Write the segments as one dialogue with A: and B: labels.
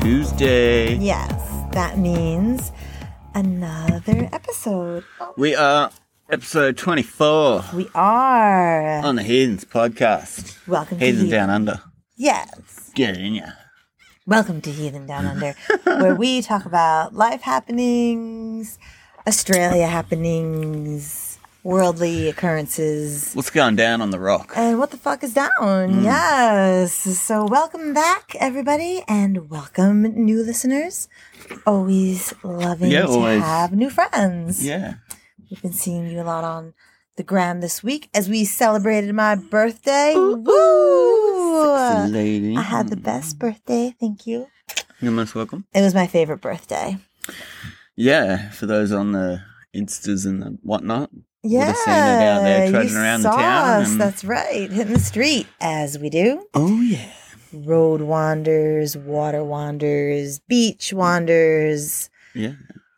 A: Tuesday.
B: Yes, that means another episode.
A: We are episode 24
B: We are.
A: on the Heathens podcast.
B: Welcome to
A: Heathens
B: Heathen.
A: Down Under.
B: Yes.
A: Get in ya.
B: Welcome to Heathen Down Under, where we talk about life happenings, Australia happenings, worldly occurrences,
A: What's going down on the rock?
B: and what the fuck is down.
A: Hmm.
B: Yes. So, welcome back, everybody, and welcome, new listeners. Always loving
A: Yeah,
B: to
A: always.
B: have new friends.
A: Yeah.
B: We've been seeing you a lot on the gram this week as we celebrated my birthday. Woo!
A: Sexy lady.
B: I had the best birthday. Thank you.
A: You're most welcome.
B: It was my favorite birthday.
A: Yeah, for those on the Instas and the whatnot.
B: Yeah,
A: have seen it out there trudging
B: you
A: around the
B: saw
A: town
B: us.
A: and-
B: That's right, hitting the street as we do.
A: Oh, yeah.
B: Road wanders, water wanders, beach wanders.
A: Yeah.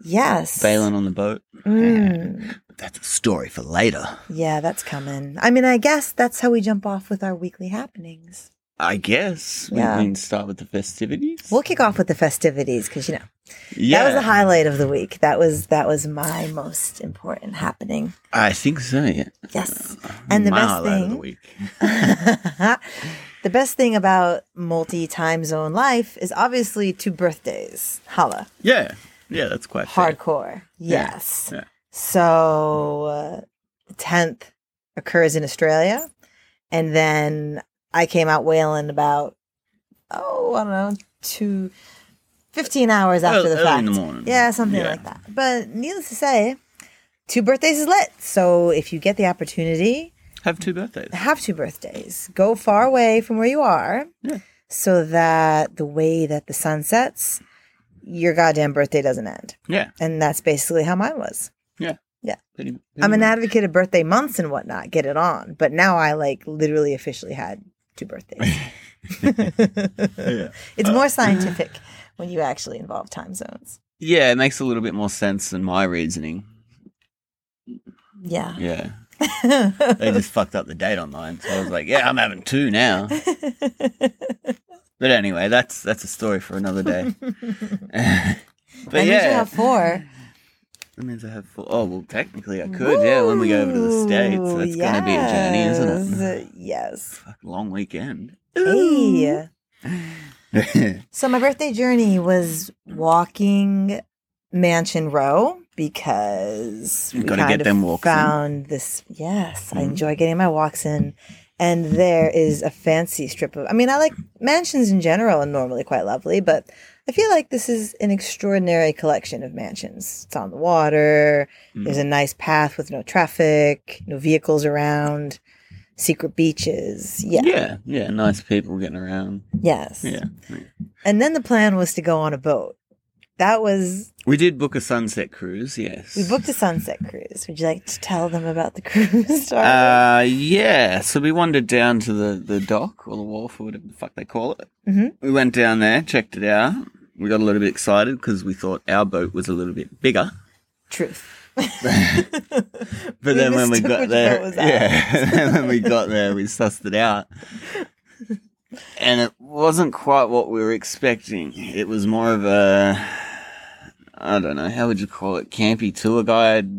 B: Yes,
A: Bailing on the boat.
B: Mm.
A: But that's a story for later.
B: Yeah, that's coming. I mean, I guess that's how we jump off with our weekly happenings.
A: I guess we
B: Yeah.
A: can start with the festivities.
B: We'll kick off with the festivities because you know
A: Yeah.
B: That was the highlight of the week. That was that was my most important happening.
A: I think so, yeah.
B: Yes. And the
A: My
B: best
A: highlight of the
B: thing-
A: week.
B: the best thing about multi time zone life is obviously two birthdays. Holla.
A: Yeah. Yeah, that's quite fair.
B: Hardcore.
A: Yeah.
B: Yes.
A: Yeah.
B: So uh, the 10th occurs in Australia and then I came out whaling about oh, I don't know, two 15 hours after
A: Early-
B: the
A: early
B: fact.
A: in the morning.
B: Yeah, something
A: Yeah.
B: like that. But needless to say, two birthdays is lit. So if you get the opportunity,
A: Have two birthdays.
B: have two birthdays. Go far away from where you are
A: Yeah.
B: so that the way that the sun sets, your goddamn birthday doesn't end.
A: Yeah.
B: And that's basically how mine was.
A: Pretty,
B: I'm an
A: pretty-
B: advocate of birthday months and whatnot. Get it on. But now I like literally officially had two birthdays.
A: Yeah.
B: it's more scientific when you actually involve time zones.
A: Yeah, it makes a little bit more sense than my reasoning.
B: Yeah.
A: Yeah. They just fucked up the date on mine. So I was like, yeah, I'm having two now. But anyway, that's that's a story for another day.
B: I
A: but
B: need you to
A: yeah,
B: have four.
A: that means I have four. Oh, well, technically I could. Yeah, when we go over to the States,
B: Ooh,
A: that's going to be a journey, isn't it?
B: yes, Yes.
A: Fuck, long weekend.
B: Hey.
A: yeah.
B: So my birthday journey was walking Mansion Row because
A: You
B: we
A: gotta
B: kind
A: get
B: of
A: them walks in.
B: found this. Yes, I
A: Mhm.
B: enjoy getting my walks in, and there is a fancy strip of. I mean, I like mansions in general and normally quite lovely, but I feel like this is an extraordinary collection of mansions. It's on the water. There's
A: Mm-hmm.
B: a nice path with no traffic, no vehicles around, secret beaches. Yeah.
A: Yeah, yeah, nice people getting around.
B: Yes.
A: Yeah.
B: And then the plan was to go on a boat. That was
A: We did book a sunset cruise, yes.
B: we booked a sunset cruise. Would you like to tell them about the cruise? Darla?
A: Uh, yeah. So we wandered down to the, the dock or the wharf or whatever the fuck they call it.
B: Mhm.
A: We went down there, checked it out. We got a little bit excited because we thought our boat was a little bit bigger.
B: Truth.
A: But
B: We
A: then when we
B: mistook
A: got
B: which
A: there,
B: boat was ours.
A: yeah, then when we got there, we sussed it out, and it wasn't quite what we were expecting. It was more of a, I don't know, how would you call it, campy tour guide.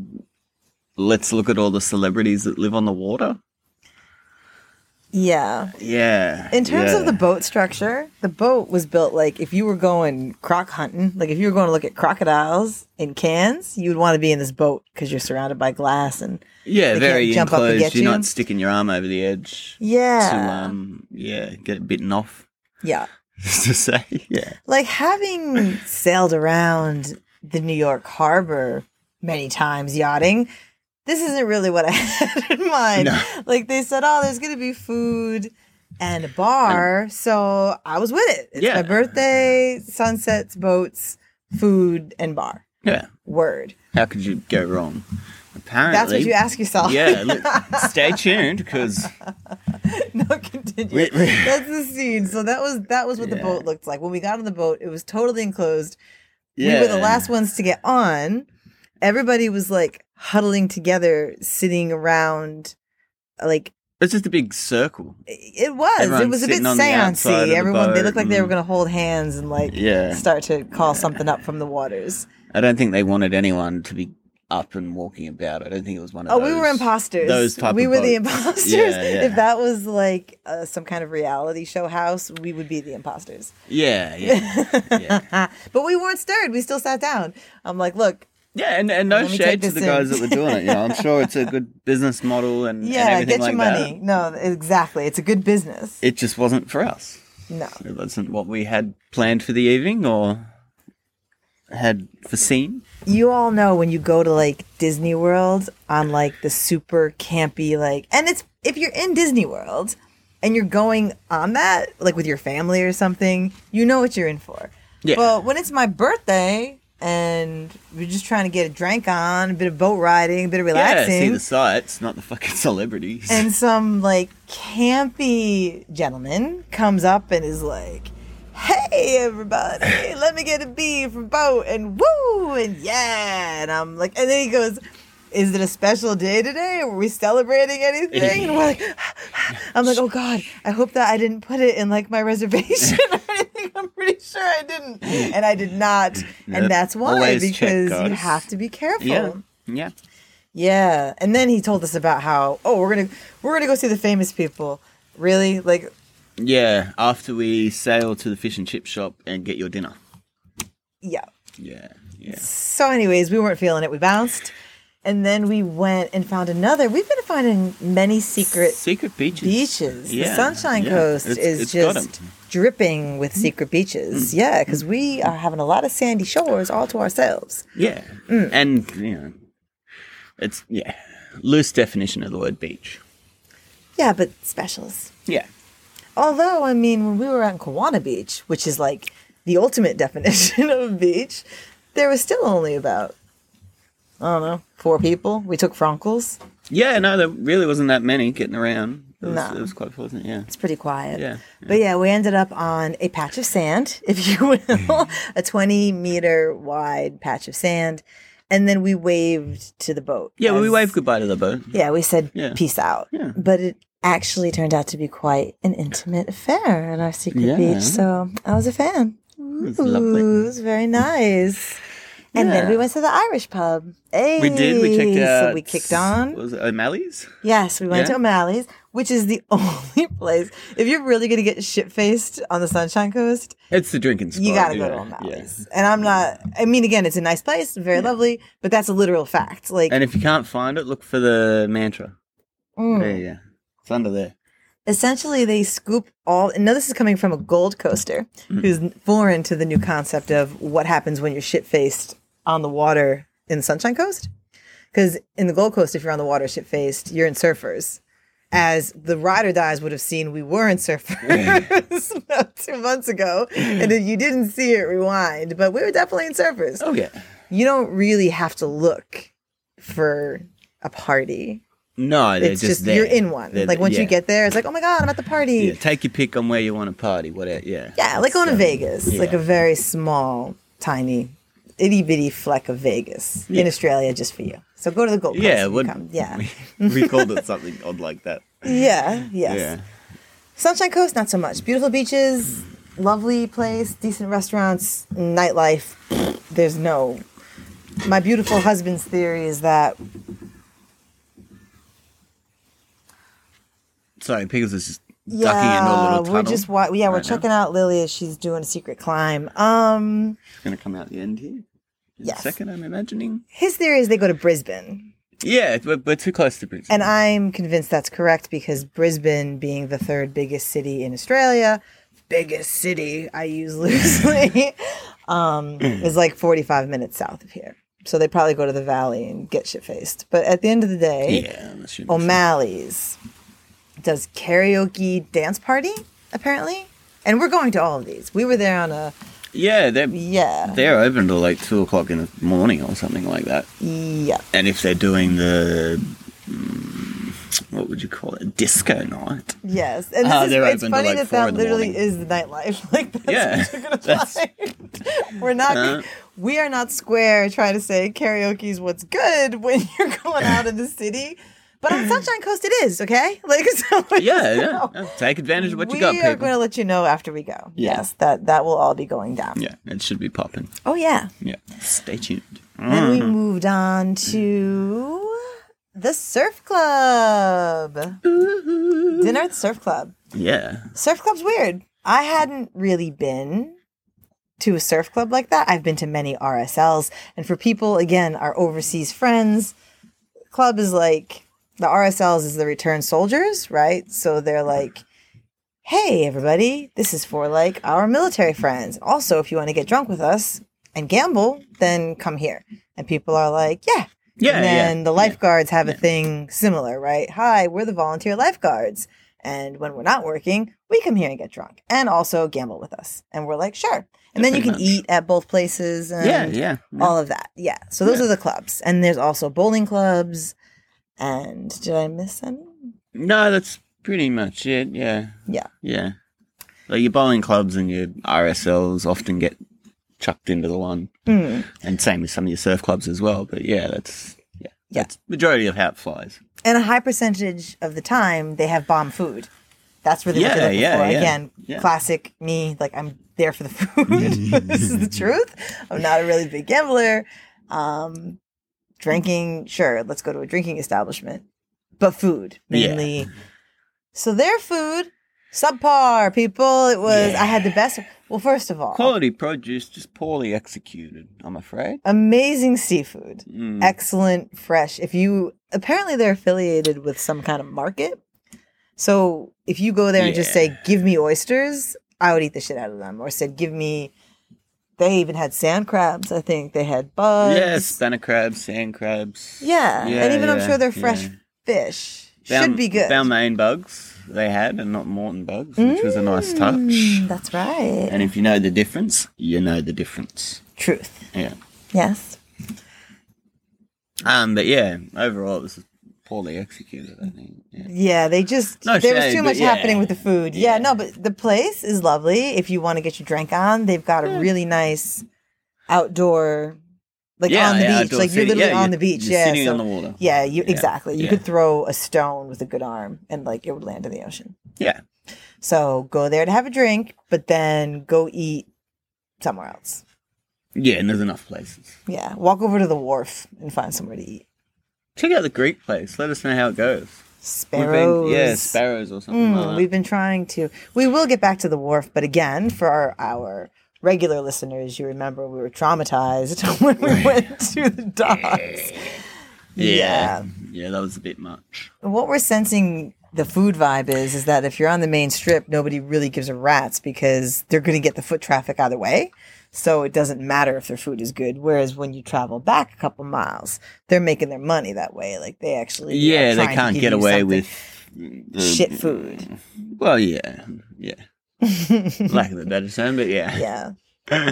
A: Let's look at all the celebrities that live on the water.
B: Yeah.
A: Yeah.
B: In terms
A: yeah.
B: of the boat structure, the boat was built like if you were going croc hunting, like if you were going to look at crocodiles in cans, you would want to be in this boat because you're surrounded by glass and
A: yeah,
B: they
A: very
B: can't jump up and
A: enclosed.
B: get
A: You're
B: you.
A: not sticking your arm over the edge
B: yeah,
A: to um, yeah, get it bitten off.
B: yeah.
A: to say, yeah,
B: like having sailed around the New York harbor many times yachting, this isn't really what I had in mind.
A: No.
B: Like they said, oh, there's gonna be food and a bar, so I was with it. It's
A: Yeah.
B: my birthday, sunsets, boats, food, and bar.
A: yeah.
B: Word.
A: How could you go wrong? Apparently,
B: That's what you ask yourself.
A: yeah, look, stay tuned because
B: no, continue.
A: Wait, wait.
B: That's the scene. So that was that was what the
A: Yeah.
B: boat looked like. When we got on the boat, it was totally enclosed.
A: yeah,
B: we were the last ones to get on. Everybody was like huddling together, sitting around, like
A: It's just a big circle.
B: It was.
A: Everyone
B: it was a bit
A: sitting on the
B: seancey.
A: outside of the
B: Everyone they
A: boat
B: looked like they were
A: and-
B: going to hold hands and like
A: Yeah.
B: start to call something up from the waters.
A: I don't think they wanted anyone to be up and walking about. I don't think it was one of
B: Oh,
A: those.
B: we were imposters.
A: those type
B: we
A: of
B: were the
A: boats.
B: imposters.
A: Yeah, yeah.
B: If that was like uh, some kind of reality show house, we would be the imposters.
A: Yeah, yeah. yeah.
B: but we weren't stirred. We still sat down. I'm like, look,
A: Yeah, and, and no
B: Let me
A: shade
B: take
A: to
B: this
A: the
B: in.
A: guys that were doing it. You know, I'm sure it's a good business model and, and
B: yeah,
A: everything
B: get your
A: like
B: money.
A: that.
B: No, exactly. It's a good business.
A: It just wasn't for us.
B: no.
A: It wasn't what we had planned for the evening or had foreseen.
B: you all know when you go to like Disney World on like the super campy like and it's if you're in Disney World and you're going on that like with your family or something, you know what you're in for.
A: Yeah.
B: But when it's my birthday and we're just trying to get a drink on, a bit of boat riding, a bit of
A: Yeah, see
B: relaxing,
A: the sights, not the fucking celebrities.
B: and some like campy gentleman comes up and is like, "Hey everybody, let me get a beer from boat and woo and yeah." And I'm like, and then he goes, "Is it a special day today? Were we celebrating anything?" And we're like, "I'm like, oh god, I hope that I didn't put it in like my reservation or anything. I'm pretty sure I didn't, and I did not,
A: Yep.
B: and that's why
A: Always check,
B: because you
A: guys.
B: have to be careful."
A: yeah. Yeah.
B: Yeah, and then he told us about how oh we're gonna we're gonna go see the famous people. Really, like
A: Yeah. After we sail to the fish and chip shop and get your dinner.
B: yeah.
A: Yeah. Yeah.
B: So, anyways, we weren't feeling it. We bounced, and then we went and found another. We've been finding many secret
A: Secret beaches.
B: beaches.
A: Yeah,
B: The Sunshine
A: yeah.
B: Coast
A: It's-
B: is
A: it's got Mm-hmm. 'em.
B: just dripping with secret beaches.
A: Mm-hmm.
B: Yeah, because we are having a lot of sandy shores all to ourselves.
A: Yeah.
B: Mm.
A: And, you know, it's, yeah, loose definition of the word beach.
B: Yeah, but specials.
A: Yeah.
B: Although, I mean, when we were on Kiwana Beach, which is like the ultimate definition of a beach, there was still only about, I don't know, four people. We took Frankel's.
A: Yeah, no, there really wasn't that many getting around. It was,
B: No.
A: it was quite pleasant, yeah.
B: It's pretty quiet.
A: Yeah,
B: But yeah, we ended up on a patch of sand, if you will, a 20 meter wide patch of sand. And then we waved to the boat.
A: Yeah, we
B: as-
A: waved goodbye to the boat.
B: Yeah, we said
A: Yeah.
B: peace out.
A: Yeah.
B: But it actually turned out to be quite an intimate affair at our secret
A: Yeah.
B: beach. So I was a fan.
A: was
B: Ooh,
A: lovely.
B: It was very nice. And then
A: Yeah.
B: we went to the Irish pub. Hey,
A: We did, we checked out.
B: So we kicked on.
A: what was it, O'Malley's?
B: Yes, we went to
A: Yeah.
B: O'Malley's, which is the only place. If you're really going to get shit faced on the Sunshine Coast,
A: It's the drinking spot.
B: you got to
A: yeah,
B: go to
A: yeah.
B: O'Malley's. And I'm not, I mean, again, it's a nice place, very lovely, but that's a literal fact. Like,
A: And if you can't find it, look for the mantra.
B: mm.
A: Yeah, yeah. It's under there.
B: essentially they scoop all and now this is coming from a gold coaster
A: Mm-hmm.
B: who's foreign to the new concept of what happens when you're shit faced on the water in the sunshine coast because in the gold coast if you're on the water shit faced you're in surfers as the ride or dies would have seen we were in surfers about two months ago
A: Mm-hmm.
B: and if you didn't see it rewind but we were definitely in surfers
A: Oh, yeah.
B: you don't really have to look for a party
A: No, they're
B: it's
A: just,
B: just,
A: there.
B: you're in one.
A: They're-
B: like once
A: yeah.
B: you get there, it's like, oh my god, I'm at the party.
A: Yeah,
B: Yeah,
A: take your pick on where you want to party, whatever. Yeah.
B: like going to
A: So,
B: Vegas. It's Like
A: yeah.
B: a very small, tiny, itty bitty fleck of Vegas in
A: Yeah.
B: Australia, just for you. So go to the Gold Coast.
A: Yeah,
B: if you
A: would-
B: come. yeah,
A: we called it something odd like that.
B: yeah, yes.
A: Yeah.
B: Sunshine Coast, not so much. Beautiful beaches, lovely place, decent restaurants, nightlife. There's no. My beautiful husband's theory is that
A: Sorry, Pickles is just
B: yeah,
A: ducking into a little tunnel.
B: we're just wa- yeah, we're
A: right now.
B: checking out Lily as she's doing a secret climb. Um.
A: It's going to come out the end here. In
B: Yes.
A: a second, I'm imagining.
B: his theory is they go to Brisbane.
A: Yeah, we're, we're too close to Brisbane.
B: And I'm convinced that's correct because Brisbane, being the third biggest city in Australia, biggest city, I use loosely, um, is like 45 minutes south of here. So they probably go to the valley and get shit faced. But at the end of the day,
A: yeah, I'm assuming so.
B: O'Malley's does karaoke dance party, apparently. And we're going to all of these. We were there on a,
A: Yeah, they're
B: yeah,
A: they're open till like two o'clock in the morning or something like that.
B: yeah.
A: And if they're doing the mm, what would you call it, disco night?
B: Yes, and this
A: Ah,
B: is,
A: they're
B: it's
A: open till,
B: funny
A: like,
B: that
A: four
B: that
A: in the
B: literally
A: morning.
B: is the nightlife. Like that's
A: Yeah,
B: what you're gonna
A: that's-
B: find. We're not.
A: Uh.
B: we are not square trying to say karaoke's what's good when you're going out in the city. But on Sunshine Coast, it is okay. Like so. it's-
A: yeah, yeah,
B: so
A: yeah. Take advantage of what
B: we
A: you got,
B: are
A: people.
B: going to let you know after we go.
A: Yeah.
B: Yes, that that will all be going down.
A: Yeah, it should be popping.
B: Oh yeah.
A: Yeah, stay tuned.
B: Then
A: Mm.
B: we moved on to the surf club. Dinner at the surf club.
A: Yeah,
B: Surf club's weird. I hadn't really been to a surf club like that. I've been to many RSLs. And for people, again, our overseas friends, club is like the RSLs is the return soldiers, right? So they're like, hey, everybody, this is for like our military friends. Also, if you want to get drunk with us and gamble, then come here. And people are like, yeah,
A: yeah,
B: and then
A: yeah.
B: the lifeguards have a thing similar, right? Hi, we're the volunteer lifeguards. And when we're not working, we come here and get drunk and also gamble with us. And we're like, sure. And then you
A: Pretty
B: can
A: much.
B: eat at both places and
A: yeah, yeah, yeah.
B: all of that. Yeah. So those
A: Yeah.
B: are the clubs. And there's also bowling clubs. And did I miss any?
A: No, that's pretty much it. Yeah.
B: Yeah.
A: Yeah. Like your bowling clubs and your RSLs often get chucked into the one,
B: Hmm.
A: and same with some of your surf clubs as well. But yeah, that's yeah,
B: Yeah.
A: that's majority of how it flies.
B: And a high percentage of the time, they have bomb food. That's really what
A: Yeah,
B: they're looking
A: yeah,
B: for.
A: yeah.
B: Again,
A: Yeah.
B: classic me. Like I'm there for the food. this is the truth. I'm not a really big gambler. Um, drinking, sure. Let's go to a drinking establishment, but food
A: Yeah.
B: mainly. So their food subpar. People, it was. I had the best. Well, first of all,
A: Quality produce just poorly executed. I'm afraid.
B: amazing seafood.
A: Mm.
B: excellent fresh if you apparently they're affiliated with some kind of market so if you go there and just say give me oysters i would eat the shit out of them or said give me they even had sand crabs i think they had bugs
A: yeah, spanner crabs, sand crabs.
B: yeah,
A: Yeah,
B: and even i'm
A: yeah,
B: sure they're fresh
A: yeah.
B: fish
A: Balm-
B: should be good
A: Balmain bugs they had, and not Morton bugs, which was a nice touch.
B: Mm, that's right
A: And if you know the difference, you know the difference.
B: truth
A: Yeah.
B: yes
A: Um, but yeah, overall it was poorly executed. I think. Yeah.
B: Yeah, they just
A: No
B: there was
A: shade,
B: too
A: but
B: much
A: yeah.
B: happening with the food. Yeah.
A: Yeah.
B: no, but the place is lovely. If you want to get your drink on, they've got a really nice outdoor, like
A: Yeah,
B: on the
A: yeah,
B: beach.
A: outdoor
B: Like you're
A: sitting-
B: literally
A: yeah,
B: on the beach.
A: You're
B: yeah,
A: sitting
B: so-
A: on the water.
B: yeah, you
A: Yeah,
B: exactly. You
A: yeah.
B: could throw a stone with a good arm, and like it would land in the ocean.
A: Yeah.
B: So go there to have a drink, but then go eat somewhere else.
A: Yeah, and there's enough places.
B: Yeah, walk over to the wharf and find somewhere to eat.
A: Check out the Greek place. Let us know how it goes. We've
B: Sparrows.
A: been, yeah, sparrows or something
B: Mm,
A: like
B: We've been trying to. We will get back to the wharf, but again, for our, our regular listeners, you remember we were traumatized when we went to the docks.
A: that. Yeah. yeah. that was a bit much.
B: What we're sensing the food vibe is is that if you're on the main strip, nobody really gives a rat's because they're going to get the foot traffic either way. So it doesn't matter if their food is good. Whereas when you travel back a couple miles, they're making their money that way. Like they actually, are
A: Yeah, they
B: trying to
A: can't
B: give
A: get
B: you
A: away
B: something.
A: with the,
B: shit food.
A: Well, yeah. Yeah. Lack of a better term, but yeah.
B: Yeah.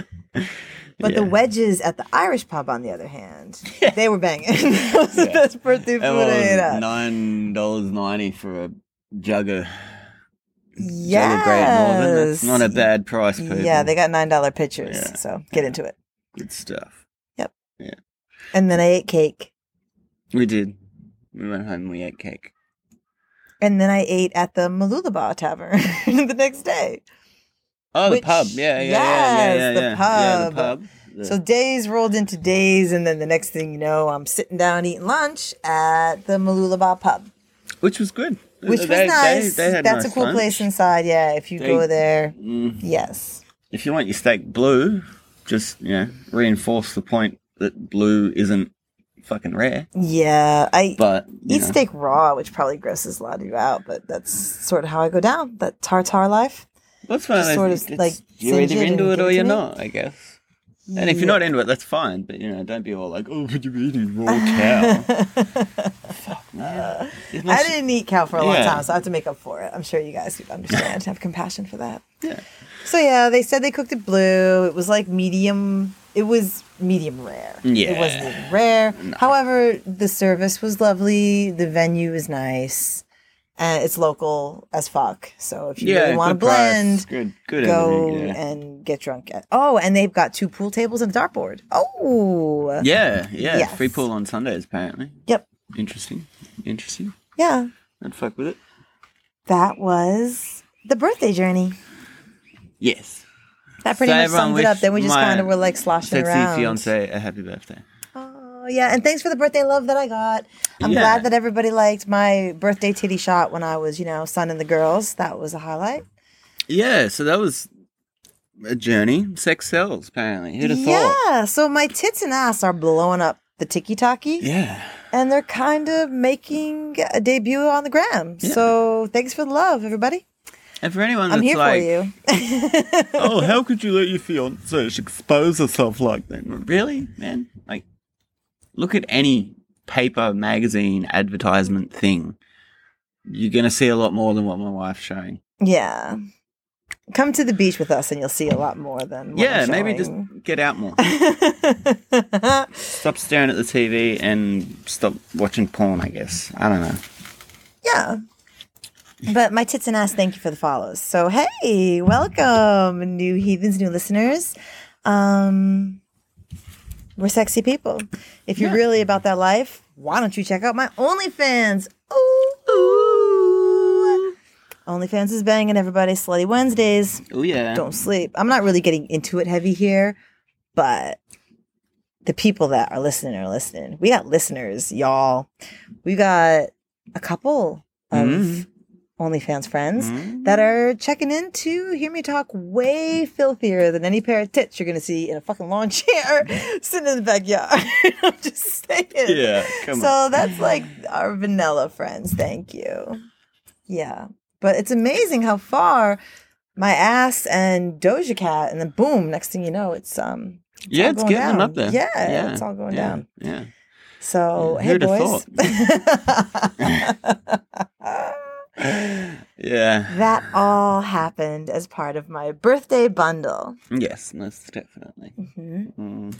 B: But the
A: Yeah.
B: wedges at the Irish pub, on the other hand, they were banging. that was the
A: Yeah.
B: best birthday food
A: That
B: I ate
A: was
B: at.
A: nine dollars ninety for a jug of jug of Great
B: Yes.
A: Northern. That's not a bad price, people.
B: Yeah, they got nine dollar pitchers.
A: Yeah.
B: So get into it.
A: good stuff.
B: And then I ate cake.
A: We did. We went home. and We ate cake.
B: And then I ate at the Malulaba Tavern the next day.
A: Oh,
B: Which-
A: the pub. Yeah, yeah, yeah, yeah,
B: yes,
A: yeah,
B: the
A: yeah. Yeah,
B: pub.
A: the pub. The-
B: So days rolled into days, and then the next thing you know, I'm sitting down eating lunch at the Malulaba pub,
A: which was good.
B: which was
A: They- they-
B: nice.
A: they had
B: That's
A: nice
B: a cool
A: lunch.
B: place inside. Yeah, if you
A: They-
B: go there,
A: Mm.
B: yes.
A: If you want your steak blue, just you know reinforce the point that blue isn't fucking rare.
B: Yeah, I
A: But you
B: eat
A: know,
B: steak raw, which probably grosses a lot of you out, but that's sort of how I go down that tartar life.
A: that's one of
B: just
A: those,
B: sort of,
A: it's-
B: like,
A: you're
B: singe
A: either
B: it
A: into
B: and
A: it
B: give
A: or
B: it to
A: you're
B: me.
A: not, I guess. And if you're not into it, that's fine. But you know, don't be all like, "Oh, but you're eating raw cow." Fuck no. It's not-
B: I didn't eat cow for a long
A: Yeah.
B: time, so I have to make up for it. I'm sure you guys would understand, have compassion for that.
A: Yeah.
B: So yeah, they said they cooked it blue. It was like medium. It was medium rare. it
A: Yeah.
B: wasn't even rare. However, the service was lovely. The venue is nice, and it's local as fuck. So if you
A: Yeah,
B: really want to
A: good price,
B: blend,
A: Good, good.
B: go
A: everything, yeah.
B: and get drunk at. Oh, and they've got two pool tables and a dartboard. Oh,
A: Yeah, yeah.
B: Yes.
A: Free pool on Sundays, apparently.
B: Yep.
A: Interesting. Interesting.
B: Yeah.
A: I'd fuck with it.
B: That was the birthday journey.
A: Yes.
B: That pretty
A: So
B: much
A: everyone
B: sums it up.
A: wish
B: Then we just
A: my
B: kind of were like sloshing
A: Sexy
B: around.
A: fiance, a happy birthday.
B: Oh yeah, and thanks for the birthday love that I got. I'm
A: Yeah.
B: glad that everybody liked my birthday titty shot when I was, you know, son and the girls. That was a highlight.
A: Yeah, so that was a journey. Sex sells, apparently. Who'd have thought?
B: Yeah. So my tits and ass are blowing up the tiki taki,
A: Yeah.
B: and they're kind of making a debut on the gram.
A: Yeah.
B: So thanks for the love, everybody.
A: And for anyone that's
B: I'm here
A: like,
B: for you.
A: oh, how could you let your fiance expose herself like that? Really, man? Like, look at any paper, magazine, advertisement thing. You're going to see a lot more than what my wife's showing.
B: yeah. Come to the beach with us, and you'll see a lot more than what
A: yeah,
B: I'm
A: maybe just
B: showing.
A: get out more. stop staring at the TV and stop watching porn, I guess. I don't know.
B: Yeah. But my tits and ass, thank you for the follows. So hey, welcome, new heathens, new listeners. Um, we're sexy people. If you're
A: Yeah.
B: really about that life, why don't you check out my OnlyFans? Ooh, ooh. OnlyFans is banging everybody. Slutty Wednesdays.
A: Oh, yeah.
B: Don't sleep. I'm not really getting into it heavy here, but the people that are listening are listening. We got listeners, y'all. We got a couple of
A: Mhm.
B: OnlyFans friends
A: Mhm.
B: that are checking in to hear me talk way filthier than any pair of tits you're going to see in a fucking lawn chair sitting in the backyard. I'm just saying.
A: Yeah, come
B: so
A: on.
B: that's like our vanilla friends. Thank you. Yeah. But it's amazing how far my ass and Doja Cat, and then boom, next thing you know, it's um,
A: yeah,
B: all
A: it's
B: going
A: getting
B: down.
A: up there.
B: Yeah, it's all going
A: yeah,
B: down.
A: Yeah.
B: so
A: Yeah,
B: hey
A: who'd have
B: boys,
A: Yeah.
B: that all happened as part of my birthday bundle.
A: Yes, most definitely.
B: Mhm.
A: Mm.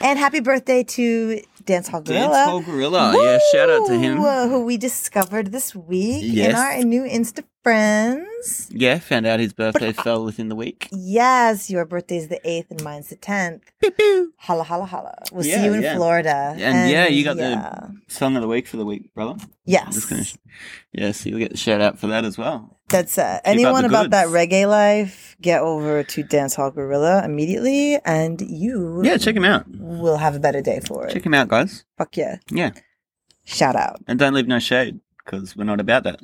B: And happy birthday to Dance Hall Gorilla.
A: Dance Hall Gorilla. Uh, Yeah, shout out to him.
B: Woo! Who we discovered this week in
A: Yes.
B: our new Insta friends.
A: Yeah, found out his birthday fell within the week.
B: Yes, your birthday's the 8th and mine's the 10th. Holla, holla, holla. We'll
A: Yeah,
B: see you in
A: yeah.
B: Florida.
A: And yeah, you got the-
B: yeah.
A: Song of the week for the week, brother.
B: Yes.
A: Just finished. Yeah, so you'll get the shout out for that as well.
B: That's uh,
A: the
B: anyone about that
A: goods.
B: reggae life, get over to Dance Hall Gorilla immediately and you
A: Yeah, check him out.
B: will have a better day for it.
A: Check him out, guys.
B: Fuck yeah.
A: Yeah.
B: Shout out.
A: And don't leave no shade, because we're not about that.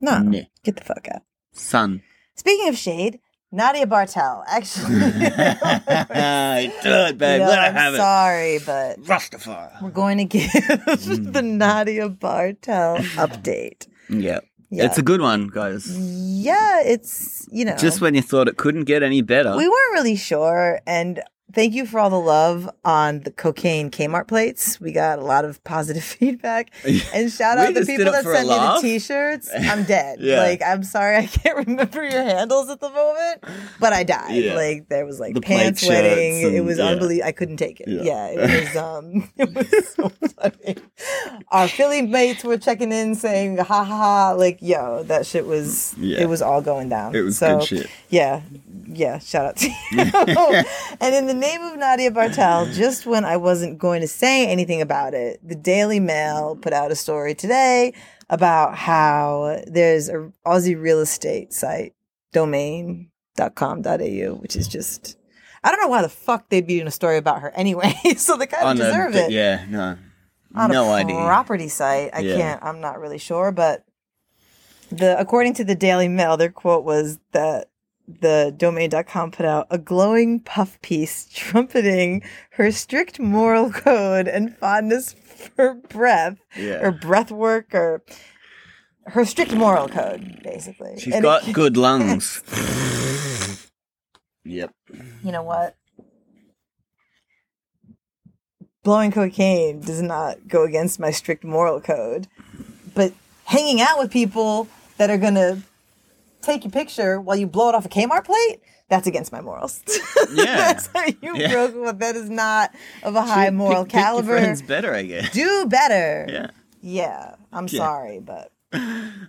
B: No,
A: Nah.
B: get the fuck out.
A: Sun.
B: Speaking of shade, Nadia Bartel, actually.
A: do it, babe.
B: No,
A: Let her
B: I'm
A: have
B: sorry, but
A: it. Rastafari.
B: we're going to give the
A: Hmm.
B: Nadia Bartel update.
A: Yeah.
B: Yeah.
A: It's a good one, guys.
B: yeah, it's you know
A: Just when you thought it couldn't get any better.
B: we weren't really sure, and thank you for all the love on the cocaine Kmart plates. We got a lot of positive feedback, and shout
A: We
B: out the
A: just did
B: people
A: it
B: that
A: for a
B: sent me the
A: laugh.
B: T-shirts. I'm dead.
A: Yeah.
B: Like I'm sorry, I can't remember your handles at the moment, but I died.
A: Yeah.
B: Like there was like
A: The plate
B: pants wedding.
A: shirts
B: it
A: and-
B: was
A: yeah.
B: unbelievable. I couldn't take it. Yeah,
A: Yeah.
B: it was. Um, it was so funny. Our Philly mates were checking in, saying ha ha ha. Like yo, that shit was.
A: Yeah.
B: It was all going down.
A: it was
B: so,
A: good shit.
B: yeah, yeah. Shout out to you. and in the name of Nadia Bartel, just when I wasn't going to say anything about it, the Daily Mail put out a story today about how there's a Aussie real estate site domain.com.au, which is just I don't know why the fuck they'd be doing a story about her anyway. so they kind of
A: On a-
B: deserve it
A: Yeah, no.
B: on
A: no
B: a
A: idea.
B: property site. I
A: Yeah.
B: can't. I'm not really sure, but the according to the Daily Mail, their quote was that the domain.com put out a glowing puff piece trumpeting her strict moral code and fondness for breath or
A: yeah.
B: breath work or her strict moral code basically
A: She's
B: And it-
A: got good lungs. yep.
B: you know what blowing cocaine does not go against my strict moral code but hanging out with people that are gonna take your picture while you blow it off a kmart plate that's against my morals
A: Yeah.
B: that's how you
A: Yeah.
B: broke with that is not of a high
A: Should've
B: moral
A: picked- picked your
B: caliber
A: friends better, I guess.
B: do better
A: Yeah.
B: Yeah, i'm
A: Yeah.
B: sorry but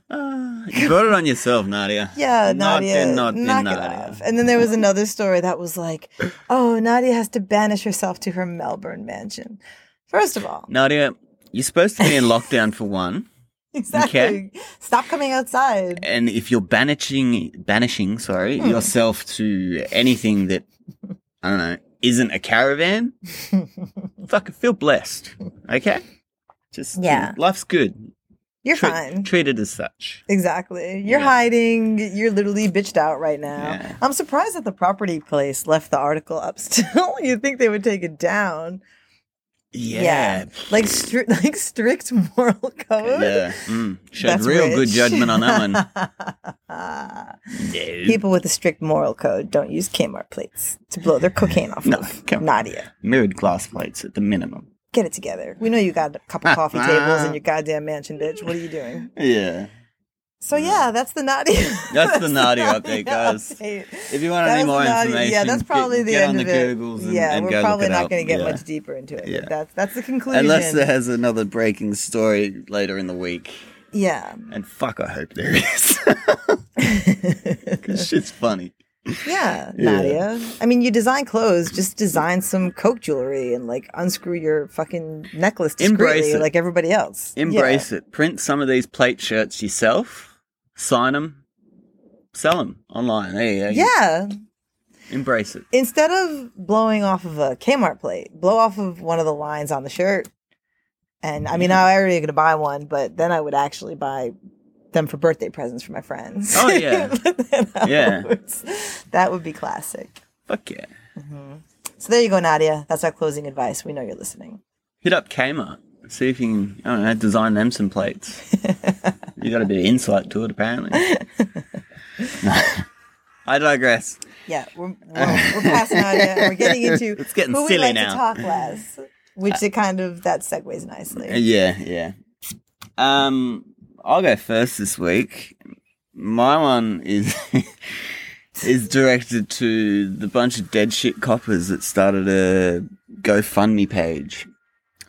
A: Uh, you brought it on yourself, Nadia.
B: Yeah,
A: Not
B: Nadia,
A: in- not in
B: knock it
A: Nadia.
B: off. And then there was another story that was like, "Oh, Nadia has to banish herself to her Melbourne mansion." First of all,
A: Nadia, you're supposed to be in lockdown for one.
B: Exactly.
A: Okay.
B: Stop coming outside.
A: And if you're banishing, banishing, sorry,
B: Hmm.
A: yourself to anything that I don't know isn't a caravan, fucking feel blessed. Okay, just
B: Yeah.
A: life's good.
B: You're
A: Treat-
B: fine.
A: Treat it as such.
B: Exactly. You're
A: Yeah.
B: hiding. You're literally bitched out right now.
A: Yeah.
B: I'm surprised that the property place left the article up still. You'd think they would take it down.
A: Yeah.
B: Like stri- like strict moral code.
A: Yeah. Mm. Showed
B: That's
A: real
B: rich.
A: good judgment on that one.
B: one.
A: No.
B: People with a strict moral code don't use Kmart plates to blow their cocaine off
A: No,
B: of.
A: come on.
B: Nadia.
A: Mirrored glass plates at the minimum.
B: Get it together. We know you got a couple coffee tables in your goddamn mansion, bitch. What are you doing?
A: Yeah.
B: So yeah, that's the Nadia.
A: That's the Nadia
B: Nadia
A: update, guys.
B: update.
A: If you want
B: That was
A: any more
B: the Nadia-
A: information,
B: Yeah, that's
A: get-
B: probably
A: get,
B: the end
A: on
B: of
A: the
B: it.
A: Googles and,
B: yeah,
A: and
B: we're
A: go
B: probably
A: look it
B: not
A: up.
B: going to get
A: Yeah.
B: much deeper into it.
A: Yeah.
B: But that's that's the conclusion.
A: Unless there's another breaking story later in the week.
B: yeah,
A: And fuck, I hope there is. 'Cause shit's funny.
B: yeah,
A: Yeah.
B: Nadia. I mean, you design clothes, just design some coke jewelry and like unscrew your fucking necklace discreetly,
A: Embrace it.
B: like everybody else. Yeah.
A: Embrace it. Print some of these plate shirts yourself, sign them, sell them online. There you go.
B: Yeah.
A: Embrace it.
B: Instead of blowing off of a Kmart plate, blow off of one of the lines on the shirt. And I mean, I already going to buy one, but then I would actually buy them for birthday presents for my friends.
A: Oh, yeah.
B: But then
A: Yeah.
B: afterwards, That would be classic.
A: Fuck yeah.
B: So there you go, Nadia. That's our closing advice. We know you're listening.
A: Hit up Kmart. See if you can, I don't know, design them some plates. you got a bit of insight to it, apparently. I digress.
B: Yeah, we're, we're, we're past Nadia. and We're getting into
A: It's getting
B: who we
A: silly
B: like
A: now.
B: to talk less, which it kind of that segues nicely.
A: Yeah, yeah. Um, I'll go first this week. My one is is directed to the bunch of dead shit coppers that started a GoFundMe page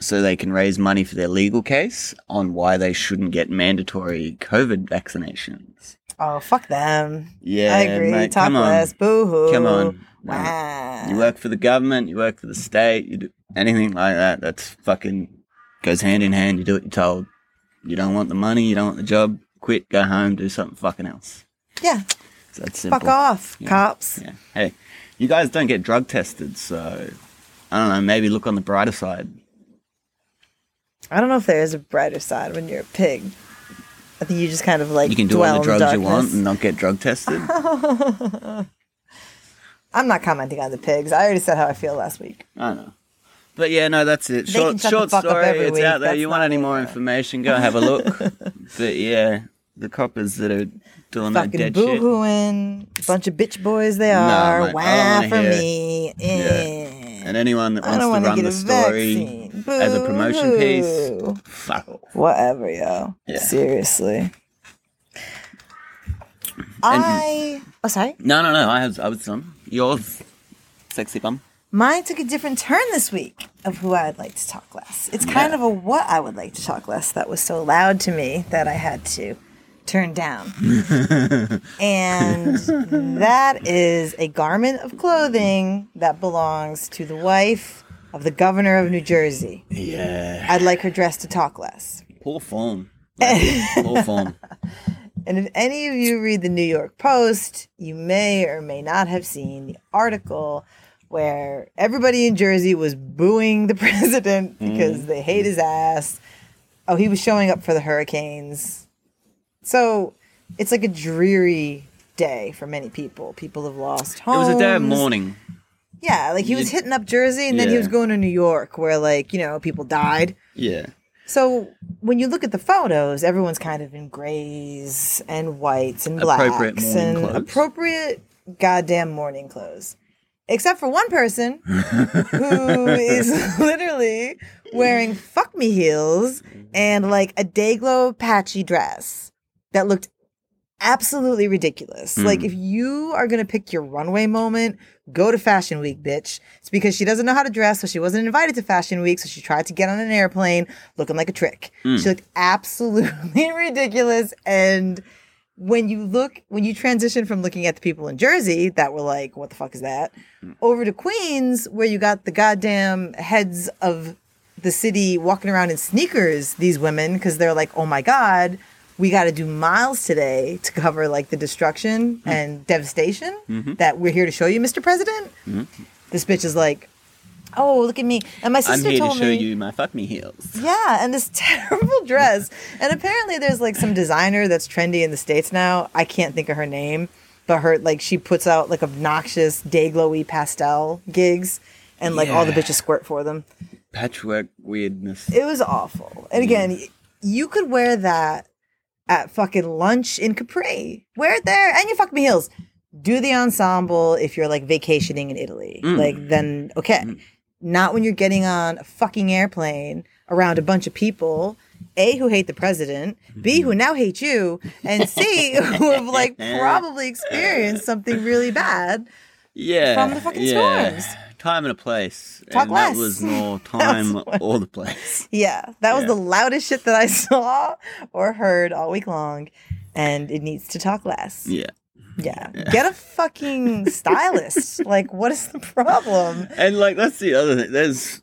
A: so they can raise money for their legal case on why they shouldn't get mandatory COVID vaccinations.
B: Oh fuck them!
A: Yeah,
B: I agree.
A: mate,
B: talk
A: come on,
B: less. Boo hoo.
A: come on. mate.
B: Wow.
A: You work for the government, you work for the state, you do anything like that, that's fucking goes hand in hand. You do what you're told. You don't want the money, you don't want the job, quit, go home, do something fucking else.
B: yeah.
A: It's that simple.
B: Fuck off,
A: Yeah.
B: cops.
A: Yeah. Hey, you guys don't get drug tested, so I don't know, maybe look on the brighter side.
B: I don't know if there is a brighter side when you're a pig. I think you just kind of like
A: You can do
B: dwell
A: all the drugs
B: in
A: you want
B: darkness.
A: and not get drug tested.
B: I'm not commenting on the pigs. I already said how I feel last week.
A: I don't know. But yeah, no, that's it. Short,
B: can shut the
A: short
B: fuck up
A: story.
B: every
A: it's
B: week.
A: out there.
B: That's
A: you want
B: not
A: any
B: me,
A: more
B: though.
A: information? Go have a look. but yeah, the coppers that are doing that
B: Fucking
A: dead
B: boo
A: shit.
B: hooing. Bunch of bitch boys they
A: Nah,
B: are.
A: mate, I
B: wow
A: don't
B: for
A: wanna hear it.
B: me. Eh.
A: And anyone that
B: I
A: wants to
B: don't want to
A: run
B: get
A: the
B: a
A: story
B: vaccine.
A: as a promotion piece,
B: Boo-hoo.
A: fuck off.
B: Whatever, yo.
A: Yeah.
B: Seriously. I. Oh, sorry.
A: No, no, no. I have, I was some. Yours, sexy bum.
B: Mine took a different turn this week of who I'd like to talk less. It's kind
A: Yeah.
B: of a what I would like to talk less that was so loud to me that I had to turn down. and that is a garment of clothing that belongs to the wife of the governor of New Jersey.
A: Yeah.
B: I'd like her dressed to talk less.
A: Poor form. Poor form.
B: And if any of you read the New York Post, you may or may not have seen the article where everybody in Jersey was booing the president because they hate his ass. Oh, he was showing up for the hurricanes. So it's like a dreary day for many people. People have lost
A: It
B: homes.
A: was a day of mourning.
B: Yeah, like he was
A: You-
B: hitting up Jersey and then he
A: Yeah.
B: was going to New York where, like, you know, people died.
A: Yeah.
B: So when you look at the photos, everyone's kind of in grays and whites and blacks
A: Appropriate morning
B: and
A: clothes.
B: appropriate goddamn morning clothes. Except for one person who is literally wearing fuck me heels and like a Dayglow patchy dress that looked absolutely ridiculous. Like if you are going to pick your runway moment, go to Fashion Week, bitch. It's because she doesn't know how to dress, so she wasn't invited to Fashion Week, so she tried to get on an airplane looking like a trick. She looked absolutely ridiculous and when you look when you transition from looking at the people in Jersey that were like
A: Mm.
B: what the fuck is that over to Queens where you got the goddamn heads of the city walking around in sneakers, these women, because they're like, oh my God, we got to do miles today to cover like the destruction
A: Mm.
B: and devastation
A: Mm-hmm.
B: that we're here to show you, Mr. President. This bitch is like, oh, look at me. And my
A: I'm
B: sister
A: here to
B: told
A: show
B: me.
A: you my fuck me heels.
B: Yeah, and this terrible dress. And apparently there's like some designer that's trendy in the States now. I can't think of her name, but her like she puts out like obnoxious day glowy pastel gigs and like all the
A: Yeah.
B: bitches squirt for them.
A: Patchwork weirdness.
B: It was awful. And again, y- you could wear that at fucking lunch in Capri. Wear it there and you fuck me heels. Do the ensemble if you're like vacationing in Italy. Like then okay. Not when you're getting on a fucking airplane around a bunch of people. A who hate the president, B who now hate you, and C who have like probably experienced something really bad.
A: yeah.
B: from the fucking
A: yeah.
B: storms.
A: Time and a place.
B: Talk
A: and
B: less.
A: that was more time or the place.
B: Yeah, that was
A: Yeah.
B: the loudest shit that I saw or heard all week long, and it needs to talk less.
A: Yeah.
B: Yeah. Get a fucking stylist. like, what is the problem?
A: And like that's the other thing. There's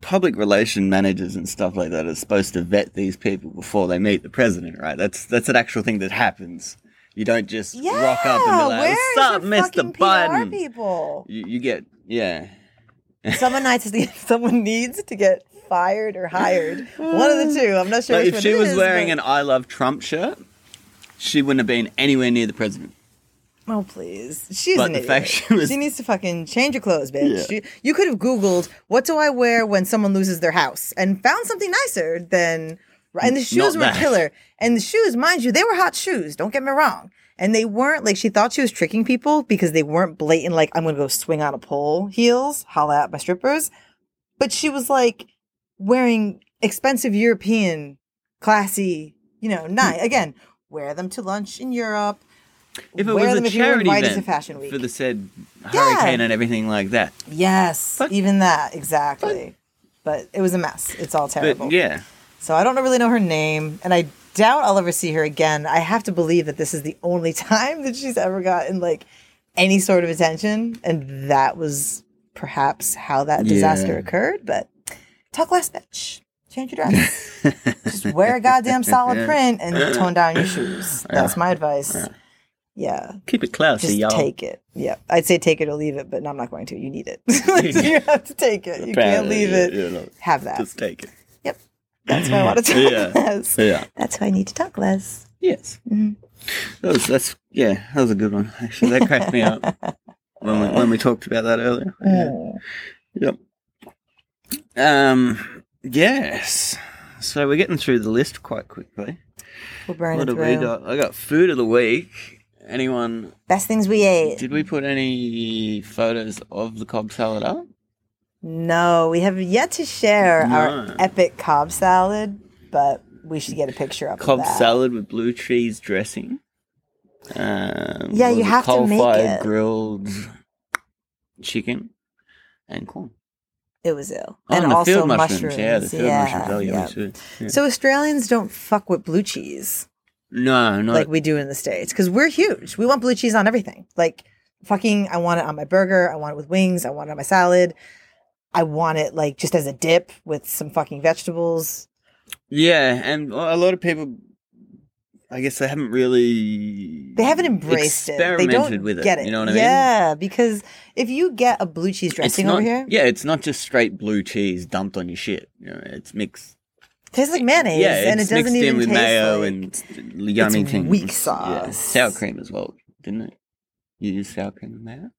A: public relation managers and stuff like that are supposed to vet these people before they meet the president, right? That's that's an actual thing that happens. You don't just
B: Yeah.
A: rock up and be like,
B: where is
A: "What's up,
B: your
A: Mr.
B: fucking
A: Biden?"
B: PR people?
A: You, you get yeah.
B: Someone needs to someone needs to get fired or hired. One of the two. I'm not sure. which
A: Like if
B: one
A: she
B: it
A: was
B: is,
A: wearing
B: but-
A: an "I love Trump" shirt, she wouldn't have been anywhere near the president.
B: Oh please, she's
A: But
B: an
A: the
B: idiot.
A: fact she
B: she,
A: was-
B: needs to fucking change her clothes, bitch.
A: Yeah.
B: She, you could have Googled what do I wear when someone loses their house and found something nicer than. And the shoes
A: Not
B: were
A: that.
B: killer. And the shoes, mind you, they were hot shoes. Don't get me wrong. And they weren't like she thought she was tricking people because they weren't blatant. Like I'm gonna go swing on a pole heels, holla at my strippers. But she was like wearing expensive European, classy, you
A: Hmm.
B: know, nice. Again, wear them to lunch in Europe.
A: If it
B: Wear
A: was
B: them
A: a
B: if you were
A: charity
B: invited to
A: event
B: Fashion Week.
A: for the said
B: Yeah.
A: hurricane and everything like that,
B: Yes,
A: But-
B: even that exactly. But, it was a mess. It's all
A: but
B: terrible.
A: yeah,
B: So I don't really know her name, and I doubt I'll ever see her again. I have to believe that this is the only time that she's ever gotten like any sort of attention, and that was perhaps how that disaster
A: Yeah.
B: occurred. But talk less, bitch. Change your dress. Just wear a goddamn solid print and tone down your shoes. That's my advice. Yeah
A: keep it classy,
B: just
A: y'all.
B: take it. Yeah, I'd say take it or leave it, but I'm not going to. You need it. so you have to take it. You can't
A: Apparently,
B: leave
A: yeah,
B: it.
A: yeah, no,
B: Have that.
A: Just take it.
B: Yep. That's why I want to talk
A: Yeah.
B: less.
A: Yeah.
B: That's why I need to talk less.
A: Yes.
B: Mm-hmm.
A: That was, that's yeah. That was a good one. Actually, that cracked me up when we, when we talked about that earlier. Yeah. Yep. Um. Yes. So we're getting through the list quite quickly.
B: We're burning
A: What have
B: through.
A: we got? I got food of the week. Anyone?
B: Best things we ate.
A: Did we put any photos of the cob salad up?
B: No, we have yet to share our
A: No.
B: epic cob salad, but we should get a picture up
A: Cob
B: of that.
A: salad with blue cheese dressing. Um,
B: Yeah, you
A: what was it?
B: have to make
A: Coal-fired
B: it.
A: grilled chicken and corn.
B: It was ill,
A: Oh,
B: and,
A: the
B: also
A: field mushrooms. Yeah, the field
B: Yeah,
A: mushrooms. Oh, yeah,
B: yeah.
A: we should. Yeah.
B: So Australians don't fuck with blue cheese.
A: no, no.
B: like we do in the states because we're huge. We want blue cheese on everything. Like fucking, I want it on my burger. I want it with wings. I want it on my salad. I want it like just as a dip with some fucking vegetables.
A: yeah, and a lot of people, I guess they haven't really.
B: They haven't embraced it. They
A: experimented
B: don't
A: with it.
B: get it.
A: You know what I mean?
B: Yeah, because if you get a blue cheese
A: It's
B: dressing
A: not,
B: over here,
A: Yeah, it's not just straight blue cheese dumped on your shit. You know, it's mixed.
B: it tastes like mayonnaise,
A: yeah,
B: and it
A: it's
B: doesn't
A: mixed
B: even
A: in with
B: taste
A: mayo
B: like-
A: and it's yummy
B: it's
A: things.
B: weak
A: Yeah,
B: sauce.
A: sour cream as well, didn't it? You used sour cream and mayo.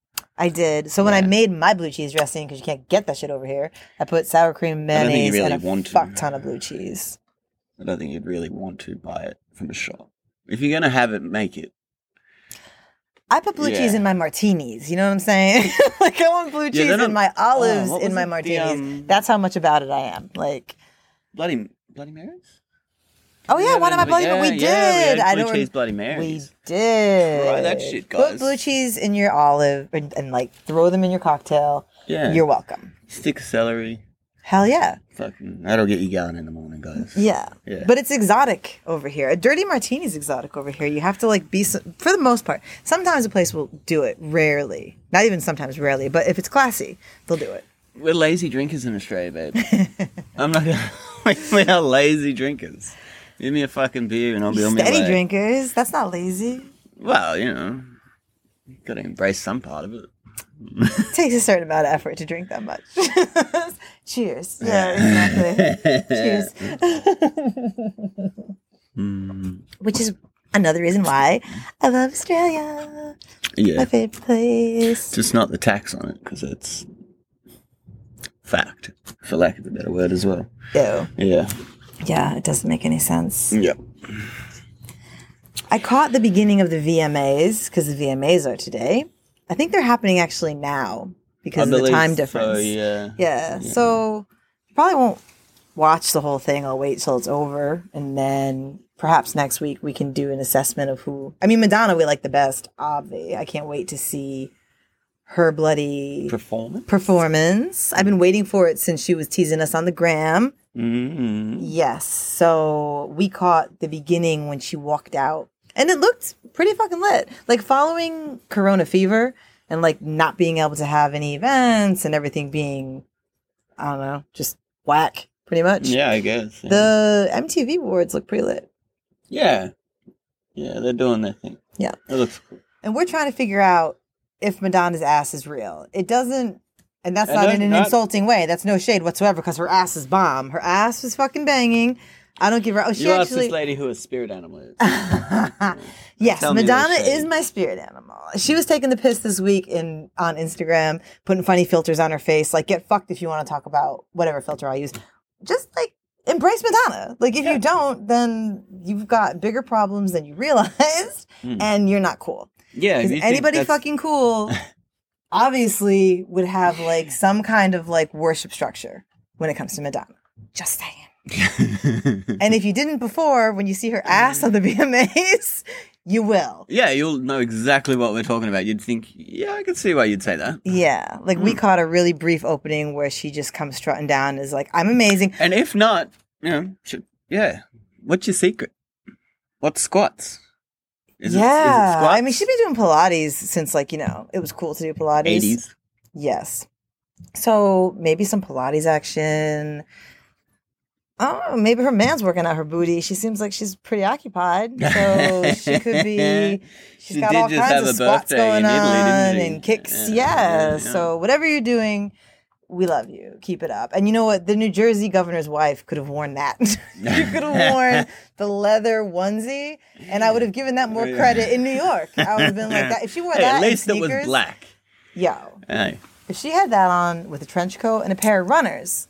B: I did. So when I
A: Yeah.
B: made my blue cheese dressing, because you can't get that shit over here, I put sour cream,
A: don't think you
B: mayonnaise,
A: really
B: and a
A: want to.
B: fuck ton of blue cheese.
A: I don't think you'd really want to buy it from a shop. If you're gonna have it, make it.
B: I put blue
A: Yeah.
B: cheese in my martinis. You know what I'm saying? like I want blue
A: they're
B: cheese
A: not-
B: in my olives
A: Oh, what
B: in
A: was
B: my
A: it? The,
B: martinis.
A: um,
B: That's how much about it I am. Like,
A: Bloody Bloody Marys.
B: oh yeah, one of my bloody.
A: yeah,
B: we did.
A: Yeah, we had
B: I
A: blue
B: don't.
A: cheese Bloody
B: rem- we
A: Marys.
B: did.
A: Try that shit,
B: Put
A: guys.
B: blue cheese in your olive and, and like throw them in your cocktail.
A: yeah,
B: You're welcome.
A: stick of celery.
B: Hell yeah,
A: Fucking, that'll get you going in the morning, guys.
B: yeah.
A: Yeah.
B: But it's exotic over here. A dirty martini is exotic over here. You have to like be so, for the most part. Sometimes a place will do it. Rarely, not even sometimes. Rarely, but if it's classy, they'll do it.
A: We're lazy drinkers in Australia, babe. I'm not gonna. we are lazy drinkers. Give me a fucking beer and I'll be on my
B: Steady
A: way.
B: drinkers. That's not lazy.
A: Well, you know, gotta embrace some part of it.
B: It takes a certain amount of effort to drink that much. Cheers. Yeah, exactly. Cheers.
A: Mm,
B: Which is another reason why I love Australia.
A: yeah,
B: My favorite place.
A: just not the tax on it because it's fact, for lack of a better word, as well.
B: Ew.
A: Yeah.
B: Yeah, it doesn't make any sense.
A: Yep.
B: I caught the beginning of the VMAs because the VMAs are today. I think they're happening actually now because of the time difference.
A: So, yeah.
B: Yeah, so I probably won't watch the whole thing. I'll wait till it's over, and then perhaps next week we can do an assessment of who. I mean, Madonna we like the best, obvi. I can't wait to see her bloody
A: Performance.
B: performance. I've been waiting for it since she was teasing us on the gram.
A: mm
B: Yes, so we caught the beginning when she walked out, and it looked pretty fucking lit. Like following Corona fever and like not being able to have any events and everything being, I don't know, just whack pretty much.
A: Yeah, I guess. Yeah.
B: The MTV awards look pretty lit,
A: yeah. Yeah, they're doing their thing.
B: Yeah.
A: It looks cool.
B: and we're trying to figure out if Madonna's ass is real. It doesn't. And that's
A: It
B: not in
A: does
B: an
A: not-
B: insulting way. That's no shade whatsoever because her ass is bomb. Her ass is fucking banging. I don't give her. Oh, she
A: you asked
B: actually.
A: this lady who a spirit animal is.
B: yes,
A: Tell me
B: Madonna
A: what shade.
B: is my spirit animal. She was taking the piss this week in on Instagram, putting funny filters on her face. Like, get fucked if you want to talk about whatever filter I use. Just like embrace Madonna. Like, if you don't, then you've got bigger problems than you realized,
A: Mm.
B: and you're not cool.
A: yeah.
B: Because
A: you think
B: anybody
A: that's-
B: fucking cool, obviously, would have like some kind of like worship structure when it comes to Madonna. Just saying. And if you didn't before, when you see her ass on the VMAs, you will.
A: yeah, you'll know exactly what we're talking about. You'd think, yeah, I could see why you'd say that.
B: Yeah. Like
A: Hmm.
B: we caught a really brief opening where she just comes strutting down and is like, I'm amazing.
A: And if not, you know, should, yeah. What's your secret? What's squats? Is
B: yeah.
A: it, is it squats?
B: I mean, she's been doing Pilates since like, you know, it was cool to do Pilates.
A: 80s.
B: Yes. So maybe some Pilates action. I don't know. Maybe her man's working out her booty. She seems like she's pretty occupied, so she could be. She's
A: She
B: got
A: did
B: all
A: just
B: kinds
A: have
B: of
A: a
B: squats
A: birthday
B: going
A: in Italy,
B: on
A: didn't she?
B: and kicks. Yeah,
A: Yeah, yeah, yeah.
B: So whatever you're doing, we love you. Keep it up. And you know what? The New Jersey governor's wife could have worn that. you could have worn the leather onesie, and I would have given that more
A: Yeah.
B: credit in New York. I would have been like that. If she wore
A: Hey,
B: that,
A: at
B: and
A: least it was
B: sneakers,
A: black.
B: Yo,
A: Hey.
B: if she had that on with a trench coat and a pair of runners,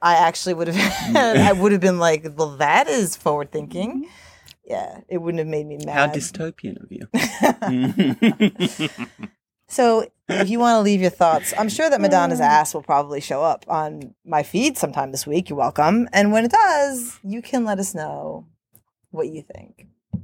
B: I actually would have. I would have been like, "Well, that is forward thinking."
A: Mm-hmm.
B: Yeah, it wouldn't have made me mad.
A: How dystopian of you.
B: so, if you want to leave your thoughts, I'm sure that Madonna's ass will probably show up on my feed sometime this week. You're welcome. And when it does, you can let us know what you think.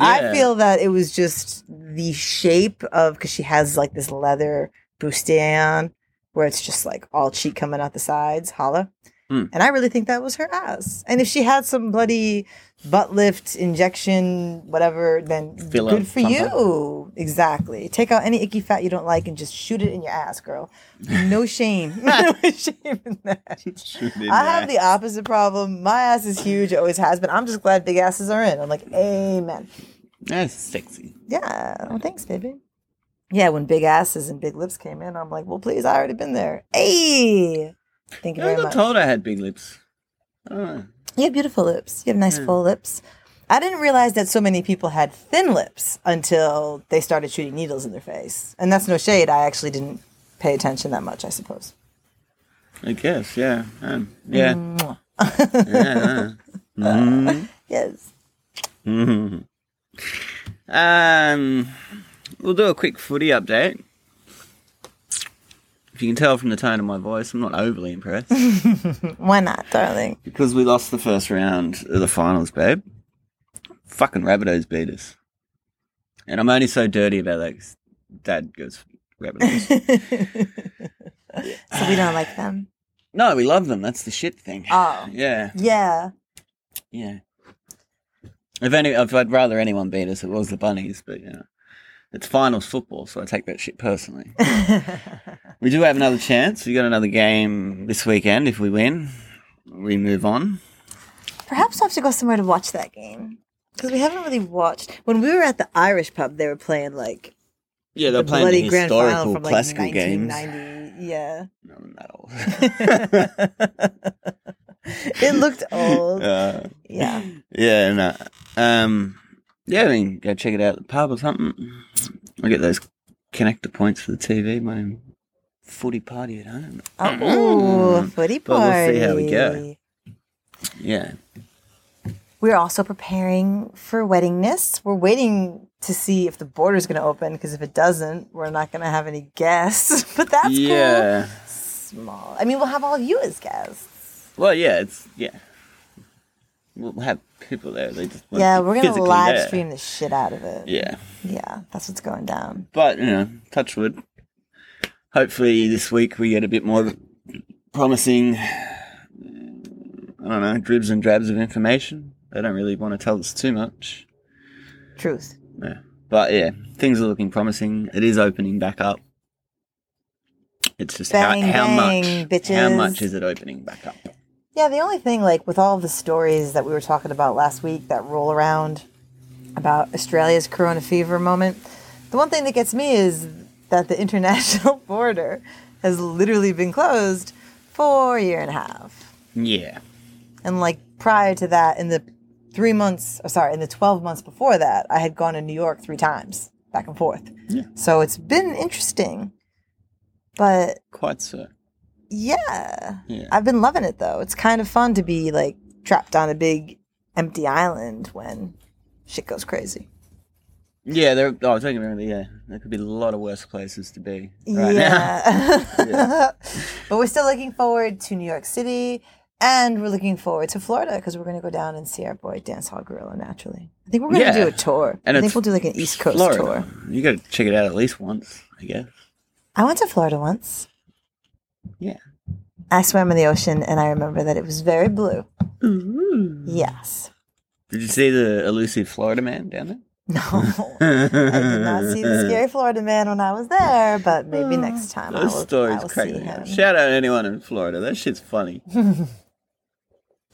B: I
A: Yeah.
B: feel that it was just the shape of because she has like this leather bustier where it's just like all cheek coming out the sides, holla.
A: Mm.
B: And I really think that was her ass. And if she had some bloody butt lift injection, whatever, then
A: Filler
B: good for
A: pumper.
B: you. Exactly. Take out any icky fat you don't like and just shoot it in your ass, girl. No shame. no shame in that. I have the opposite problem. My ass is huge. It always has been. I'm just glad big asses are in. I'm like, amen.
A: That's sexy.
B: Yeah. Well, thanks, baby. Yeah, when big asses and big lips came in, I'm like, well, please, I already been there. Hey, thank you
A: I
B: very
A: got
B: much.
A: told I had big lips. Oh,
B: You have beautiful lips. You have nice full lips. I didn't realize that so many people had thin lips until they started shooting needles in their face. And that's no shade. I actually didn't pay attention that much, I suppose.
A: I guess, yeah. Um, yeah. yeah. Mm.
B: Yes.
A: Mhm. um, we'll do a quick footy update. If you can tell from the tone of my voice, I'm not overly impressed.
B: Why not, darling?
A: because we lost the first round of the finals, babe. Fucking Rabbitohs beat us. And I'm only so dirty about that 'cause Dad goes, Rabbitohs.
B: so we don't like them.
A: no, we love them. That's the shit thing.
B: Oh.
A: Yeah,
B: Yeah.
A: yeah. If any, if I'd rather anyone beat us, it was the bunnies, but you know. It's finals football, so I take that shit personally. we do have another chance. We got another game this weekend. If we win, we move on.
B: Perhaps I have to go somewhere to watch that game because we haven't really watched. When we were at the Irish pub, they were playing like
A: Yeah, they're
B: the
A: playing
B: bloody
A: the
B: grand final
A: historical
B: from like
A: classical games.
B: 1990. Yeah,
A: No, I'm not old.
B: it looked old.
A: Uh,
B: yeah.
A: yeah, no. Um, yeah, we can go check it out at the pub or something. I'll get those connector points for the TV. My footy party at home.
B: Oh,
A: Mm.
B: footy
A: But
B: party.
A: we'll see how we go. Yeah.
B: We're also preparing for weddingness. We're waiting to see if the border's going to open because if it doesn't, we're not going to have any guests. But that's cool.
A: yeah.
B: Small. I mean, we'll have all of you as guests.
A: Well, yeah, it's yeah. We'll have people there. They just won't
B: yeah,
A: be
B: we're going to
A: physically
B: live
A: there.
B: stream the shit out of it.
A: Yeah,
B: Yeah, that's what's going down.
A: but you know, touch wood. Hopefully, this week we get a bit more promising. I don't know, dribs and drabs of information. They don't really want to tell us too much.
B: Truth.
A: Yeah. But yeah, things are looking promising. It is opening back up. It's just
B: Bang,
A: how, how
B: bang,
A: much how
B: bitches.
A: much is it opening back up?
B: Yeah, the only thing, like, with all the stories that we were talking about last week that roll around about Australia's corona fever moment, the one thing that gets me is that the international border has literally been closed for a year and a half.
A: Yeah.
B: And, like, prior to that, in the three months, or sorry, in the 12 months before that, I had gone to New York three times back and forth.
A: Yeah.
B: So it's been interesting. But
A: Quite so.
B: yeah.
A: Yeah.
B: I've been loving it though. It's kind of fun to be like trapped on a big empty island when shit goes crazy.
A: Yeah, there. Oh, I was thinking about it, yeah. There could be a lot of worse places to be right now.
B: yeah.
A: Yeah.
B: but we're still looking forward to New York City and we're looking forward to Florida because we're going to go down and see our boy Dance Hall Gorilla naturally. I think we're going to
A: Yeah.
B: do a tour.
A: And
B: I think
A: it's
B: we'll do like an East Coast
A: Florida.
B: tour.
A: You got to check it out at least once, I guess.
B: I went to Florida once.
A: Yeah.
B: I swam in the ocean and I remember that it was very blue. Yes.
A: Did you see the elusive Florida man down there?
B: No. I did not see the scary Florida man when I was there, but maybe next time I
A: Ah, Those
B: will, I
A: stories
B: will
A: crack
B: see
A: me up.
B: him.
A: Shout out anyone in Florida. That shit's funny.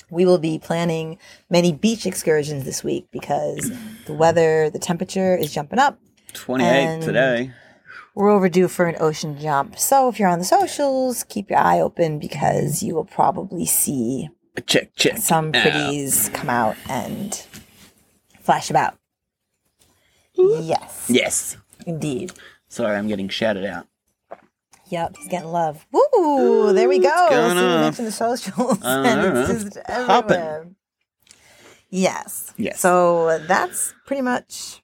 B: We will be planning many beach excursions this week because the weather, the temperature is jumping up.
A: 28
B: And-
A: today.
B: We're overdue for an ocean jump. So if you're on the socials, keep your eye open because you will probably see
A: Check, check.
B: some
A: out.
B: pretties come out and flash about. Yes,
A: Yes.
B: indeed.
A: Sorry, I'm getting shouted out.
B: Yep, he's getting love. Woo! There we go.
A: going
B: See, we
A: on?
B: mentioned the socials,
A: I
B: and
A: know,
B: it's
A: it's
B: just
A: poppin'.
B: everywhere. Yes.
A: Yes.
B: So that's pretty much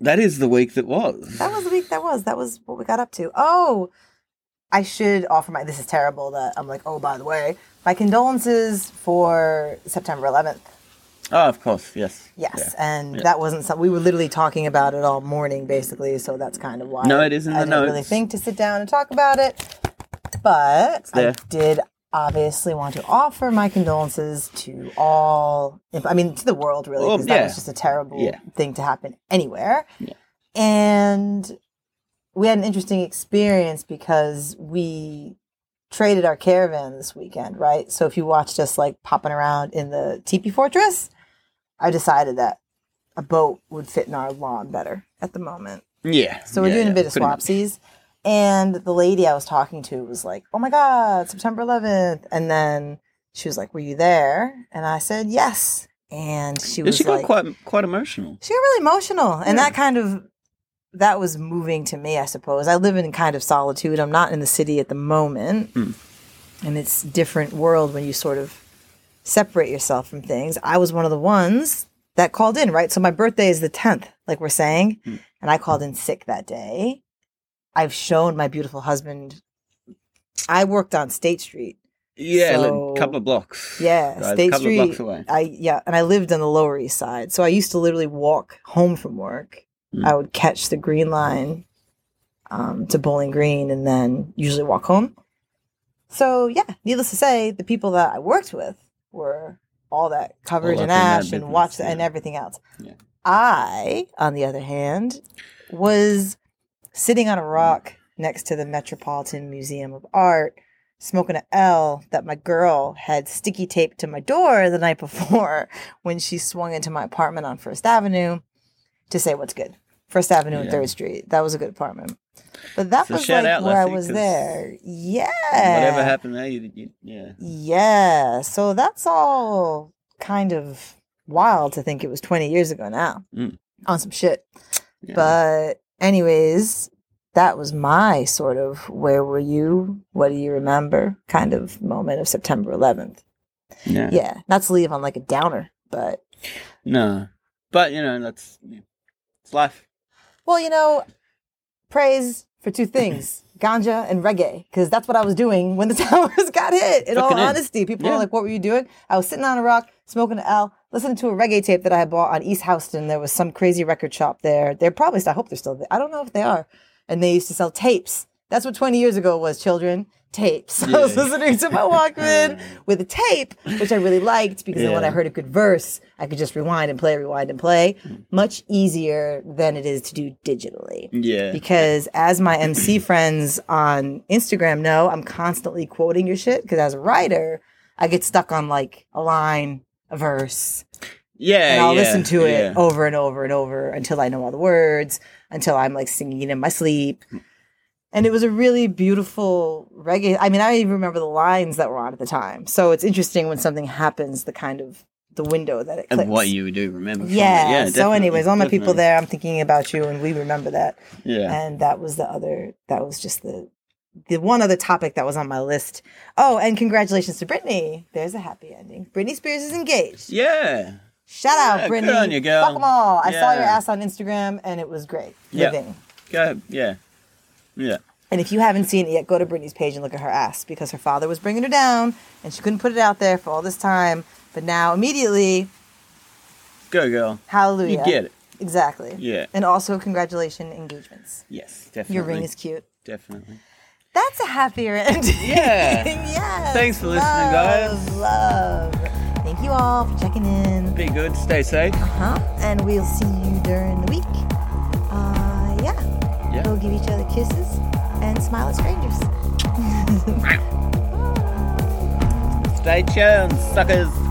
A: That is the week that was.
B: that was the week. That was that was what we got up to. Oh, I should offer my. This is terrible. That I'm like. Oh, by the way, my condolences for September 11th.
A: Oh, of course. Yes.
B: Yes,
A: Yeah.
B: and that wasn't something we were literally talking about it all morning, basically. So that's kind of why.
A: No, it is in
B: I
A: the
B: didn't really
A: notes.
B: think to sit down and talk about it, but I
A: there.
B: did obviously want to offer my condolences to all. I mean, to the world really,
A: Well,
B: because that
A: yeah.
B: was just a terrible
A: Yeah.
B: thing to happen anywhere.
A: Yeah.
B: And we had an interesting experience because we traded our caravan this weekend, right? So if you watched us like popping around in the teepee fortress, I decided that a boat would fit in our lawn better at the moment.
A: Yeah.
B: So we're
A: Yeah,
B: doing
A: yeah,
B: a bit of
A: pretty much.
B: swapsies. And the lady I was talking to was like, "Oh my god, September 11th." And then she was like, "Were you there?" And I said, "Yes." And she
A: Yeah,
B: was
A: she got
B: like,
A: quite quite emotional.
B: she got really emotional and
A: Yeah.
B: that kind of that was moving to me i suppose i live in kind of solitude i'm not in the city at the moment
A: Mm.
B: and it's a different world when you sort of separate yourself from things i was one of the ones that called in right so my birthday is the 10th like we're saying
A: Mm.
B: and i called in sick that day i've shown my beautiful husband i worked on state street
A: Yeah, a
B: So-
A: couple of blocks.
B: yeah,
A: Right,
B: State
A: couple
B: Street.
A: of blocks away.
B: I yeah, and I lived on the Lower East Side, so I used to literally walk home from work.
A: Mm.
B: I would catch the Green Line um, to Bowling Green, and then usually walk home. So yeah, needless to say, the people that I worked with were all that coverage
A: up
B: and
A: in that
B: ash and
A: business,
B: watch
A: yeah.
B: and everything else.
A: Yeah.
B: I, on the other hand, was sitting on a rock
A: Mm.
B: next to the Metropolitan Museum of Art, smoking an L that my girl had sticky taped to my door the night before when she swung into my apartment on First Avenue to say what's good. First Avenue and
A: Yeah.
B: Third Street. That was a good apartment. But that
A: So
B: was
A: shout
B: like
A: out,
B: where I
A: Leslie,
B: was
A: 'cause
B: there. Yeah.
A: Whatever happened there, you, you yeah.
B: Yeah. So that's all kind of wild to think it was 20 years ago now
A: Mm.
B: on some shit.
A: yeah.
B: But, anyways, that was my sort of where were you? What do you remember? kind of moment of September 11th.
A: yeah.
B: Yeah. Not to leave on like a downer, but,
A: No. But, you know, that's yeah. it's life.
B: well, you know, praise for two things. Ganja and reggae, because that's what I was doing when the towers got hit. In all
A: Fucking A.
B: honesty, people were
A: Yeah.
B: like, "What were you doing?" I was sitting on a rock, smoking an L, listening to a reggae tape that I had bought on East Houston. There was some crazy record shop there. They're probably, I hope they're still there. I don't know if they are. And they used to sell tapes. That's what 20 years ago was, children. Tapes. I was
A: Yeah.
B: listening to my Walkman with a tape, which I really liked because then when I
A: Yeah.
B: heard a good verse, I could just rewind and play, rewind and play.
A: Mm.
B: Much easier than it is to do digitally
A: Yeah.
B: because as my MC friends on Instagram know, I'm constantly quoting your shit because as a writer, I get stuck on like a line, a verse,
A: yeah.
B: and I'll
A: yeah,
B: listen to it
A: yeah.
B: over and over and over until I know all the words, until I'm like singing it in my sleep.
A: Mm.
B: And it was a really beautiful reggae. I mean, I even remember the lines that were on at the time. So it's interesting when something happens, the kind of the window that it clicks.
A: And what you do remember. from it.
B: yeah.
A: yeah
B: so,
A: definitely,
B: anyways, all my people
A: definitely.
B: there, I'm thinking about you, and we remember that
A: Yeah.
B: and that was the other that was just the the one other topic that was on my list oh and congratulations to brittany there's a happy ending britney spears is engaged
A: Yeah.
B: shout out
A: Yeah, good
B: brittany
A: on you, girl.
B: fuck them all i saw
A: Yeah.
B: your ass on instagram and it was great
A: Yeah.
B: living
A: Go. Yeah. Yeah.
B: and if you haven't seen it yet go to brittany's page and look at her ass because her father was bringing her down and she couldn't put it out there for all this time but now immediately
A: Go, girl.
B: hallelujah
A: You get it.
B: exactly
A: Yeah.
B: and also congratulations engagements
A: Yes. Definitely.
B: your ring is cute
A: Definitely.
B: that's a happier ending
A: Yeah.
B: yes.
A: Thanks for listening,
B: love,
A: guys.
B: Love. Thank you all for checking in.
A: Be good. Stay safe.
B: Uh huh. And we'll see you during the week. Uh, yeah.
A: Yeah.
B: We'll give each other kisses and smile at strangers. Bye.
A: Stay tuned, suckers.